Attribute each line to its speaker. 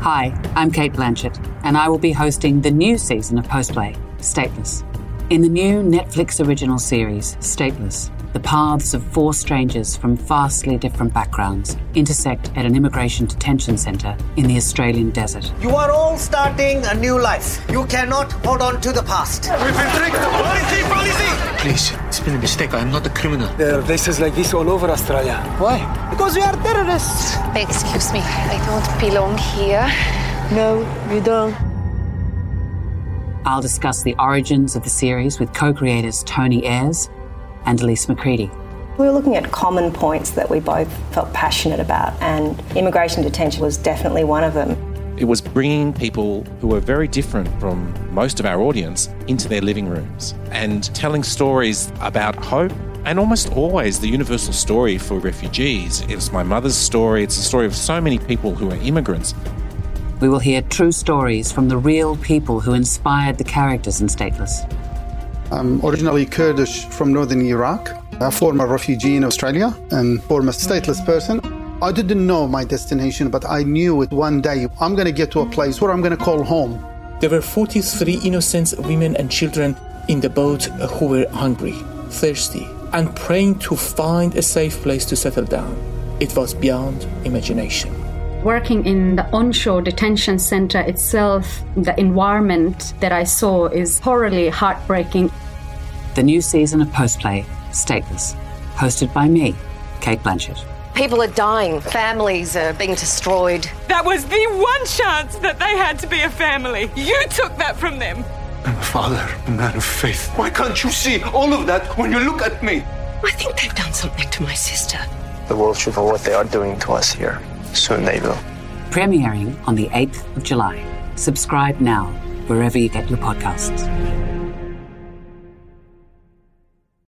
Speaker 1: Hi, I'm Kate Blanchett, and I will be hosting the new season of Postplay, Stateless. In the new Netflix original series, Stateless, the paths of four strangers from vastly different backgrounds intersect at an immigration detention centre in the Australian desert.
Speaker 2: You are all starting a new life. You cannot hold on to the past.
Speaker 3: We've been tricked! Policy, policy!
Speaker 4: Please, it's been a mistake. I am not a criminal.
Speaker 5: There are places like Uh, this all over Australia.
Speaker 2: Why? Because we are terrorists.
Speaker 6: Excuse me, I don't belong here.
Speaker 7: No, you don't.
Speaker 1: I'll discuss the origins of the series with co creators Tony Ayres and Elise McCready.
Speaker 8: We were looking at common points that we both felt passionate about, and immigration detention was definitely one of them.
Speaker 9: It was bringing people who are very different from most of our audience into their living rooms and telling stories about hope and almost always the universal story for refugees. It's my mother's story, it's the story of so many people who are immigrants.
Speaker 1: We will hear true stories from the real people who inspired the characters in Stateless.
Speaker 10: I'm originally Kurdish from northern Iraq, a former refugee in Australia and former stateless person. I didn't know my destination, but I knew it one day I'm going to get to a place where I'm going to call home.
Speaker 11: There were 43 innocent women and children in the boat who were hungry, thirsty, and praying to find a safe place to settle down. It was beyond imagination
Speaker 12: working in the onshore detention center itself, the environment that I saw is horribly heartbreaking.
Speaker 1: The new season of Postplay, Stateless, hosted by me, Kate Blanchett.
Speaker 13: People are dying, families are being destroyed.
Speaker 14: That was the one chance that they had to be a family. You took that from them.
Speaker 15: I'm a father, a man of faith. Why can't you see all of that when you look at me?
Speaker 16: I think they've done something to my sister.
Speaker 17: The world should know what they are doing to us here soon they will.
Speaker 1: Premiering on the 8th of July. Subscribe now, wherever you get your podcasts.